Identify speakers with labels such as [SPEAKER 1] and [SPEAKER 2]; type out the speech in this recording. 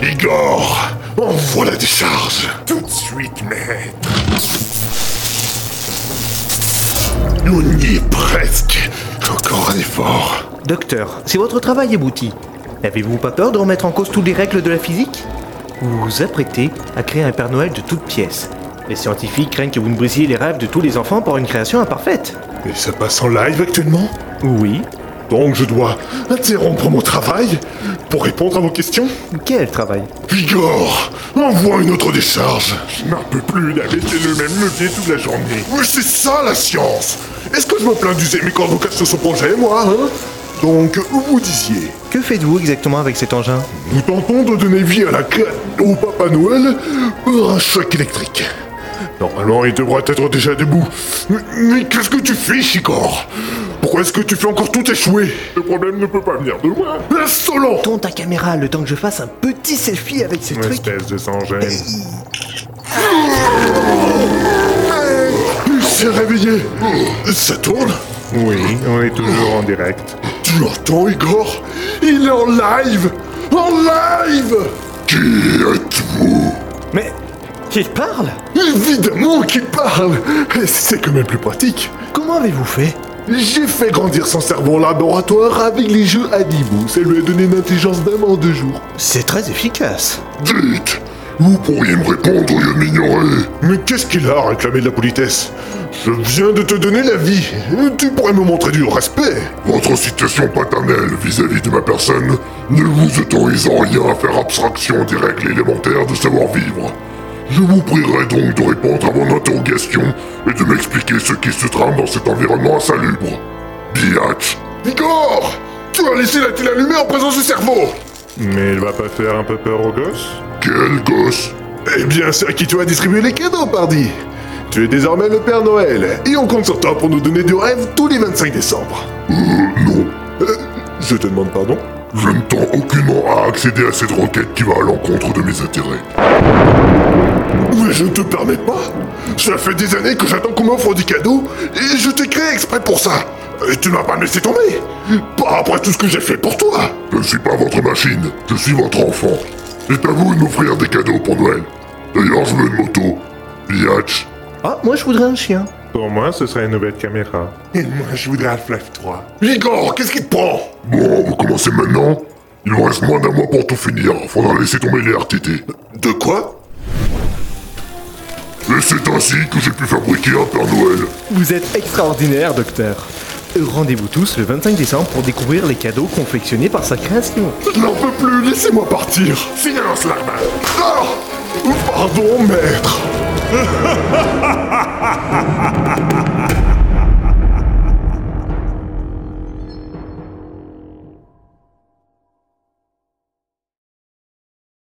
[SPEAKER 1] Grégor Envoie la décharge
[SPEAKER 2] Tout de suite, maître.
[SPEAKER 1] On y est presque Encore un effort
[SPEAKER 3] Docteur, si votre travail aboutit, n'avez-vous pas peur de remettre en cause toutes les règles de la physique Vous vous apprêtez à créer un Père Noël de toutes pièces. Les scientifiques craignent que vous ne brisiez les rêves de tous les enfants par une création imparfaite.
[SPEAKER 1] Et ça passe en live actuellement
[SPEAKER 3] Oui.
[SPEAKER 1] Donc je dois interrompre mon travail pour répondre à vos questions
[SPEAKER 3] Quel travail
[SPEAKER 1] Igor Envoie une autre décharge
[SPEAKER 2] Je n'en peux plus d'arrêter le même levier toute la journée.
[SPEAKER 1] Mais c'est ça la science Est-ce que je me plains d'user mes cordes vocales sur ce projet, moi, hein Donc, où vous disiez
[SPEAKER 3] Que faites-vous exactement avec cet engin
[SPEAKER 1] Nous tentons de donner vie à la cré- au Papa Noël par un choc électrique. Normalement, il devrait être déjà debout. Mais, mais qu'est-ce que tu fais, Igor Pourquoi est-ce que tu fais encore tout échouer
[SPEAKER 2] Le problème ne peut pas venir de loin.
[SPEAKER 1] Insolent
[SPEAKER 3] Tourne ta caméra le temps que je fasse un petit selfie avec ce truc.
[SPEAKER 2] Espèce de sans-gêne.
[SPEAKER 1] Il s'est réveillé Ça tourne
[SPEAKER 2] Oui, on est toujours en direct.
[SPEAKER 1] Tu entends, Igor Il est en live En live Qui êtes-vous
[SPEAKER 3] Mais qu'il parle
[SPEAKER 1] Évidemment qu'il parle Et C'est quand même plus pratique
[SPEAKER 3] Comment avez-vous fait
[SPEAKER 1] J'ai fait grandir son cerveau en laboratoire avec les jeux Adibou. Ça lui a donné une intelligence d'un an deux jours.
[SPEAKER 3] C'est très efficace.
[SPEAKER 1] Dites Vous pourriez me répondre au lieu de m'ignorer Mais qu'est-ce qu'il a à réclamer de la politesse Je viens de te donner la vie. Tu pourrais me montrer du respect.
[SPEAKER 4] Votre citation paternelle vis-à-vis de ma personne ne vous autorise en rien à faire abstraction des règles élémentaires de savoir-vivre. Je vous prierai donc de répondre à mon interrogation et de m'expliquer ce qui se trame dans cet environnement insalubre. Biatch.
[SPEAKER 1] Igor Tu as laissé la télé allumée en présence du cerveau
[SPEAKER 2] Mais il va pas faire un peu peur aux gosses
[SPEAKER 4] Quel gosse
[SPEAKER 1] Eh bien, c'est à qui tu as distribué les cadeaux, pardi Tu es désormais le Père Noël, et on compte sur toi pour nous donner du rêve tous les 25 décembre. Euh, non. je te demande pardon
[SPEAKER 4] Je ne tends aucunement à accéder à cette requête qui va à l'encontre de mes intérêts.
[SPEAKER 1] Mais je ne te permets pas Ça fait des années que j'attends qu'on m'offre des cadeaux, et je t'ai créé exprès pour ça Et tu m'as pas laissé tomber Pas après tout ce que j'ai fait pour toi
[SPEAKER 4] Je ne suis pas votre machine, je suis votre enfant. C'est à vous de m'offrir des cadeaux pour Noël. D'ailleurs, je veux une moto. Biatch.
[SPEAKER 3] Ah, moi je voudrais un chien.
[SPEAKER 2] Pour moi, ce serait une nouvelle caméra. Et moi, je voudrais un Flash 3.
[SPEAKER 1] Igor, qu'est-ce qui te prend
[SPEAKER 4] Bon, vous commencez maintenant Il vous reste moins d'un mois pour tout finir. Faudra laisser tomber les RTT.
[SPEAKER 1] De quoi
[SPEAKER 4] Et c'est ainsi que j'ai pu fabriquer un Père Noël.
[SPEAKER 3] Vous êtes extraordinaire, docteur. Rendez-vous tous le 25 décembre pour découvrir les cadeaux confectionnés par sa création.
[SPEAKER 1] Je n'en peux plus, laissez-moi partir
[SPEAKER 2] Silence, l'arme
[SPEAKER 1] Ah Pardon, maître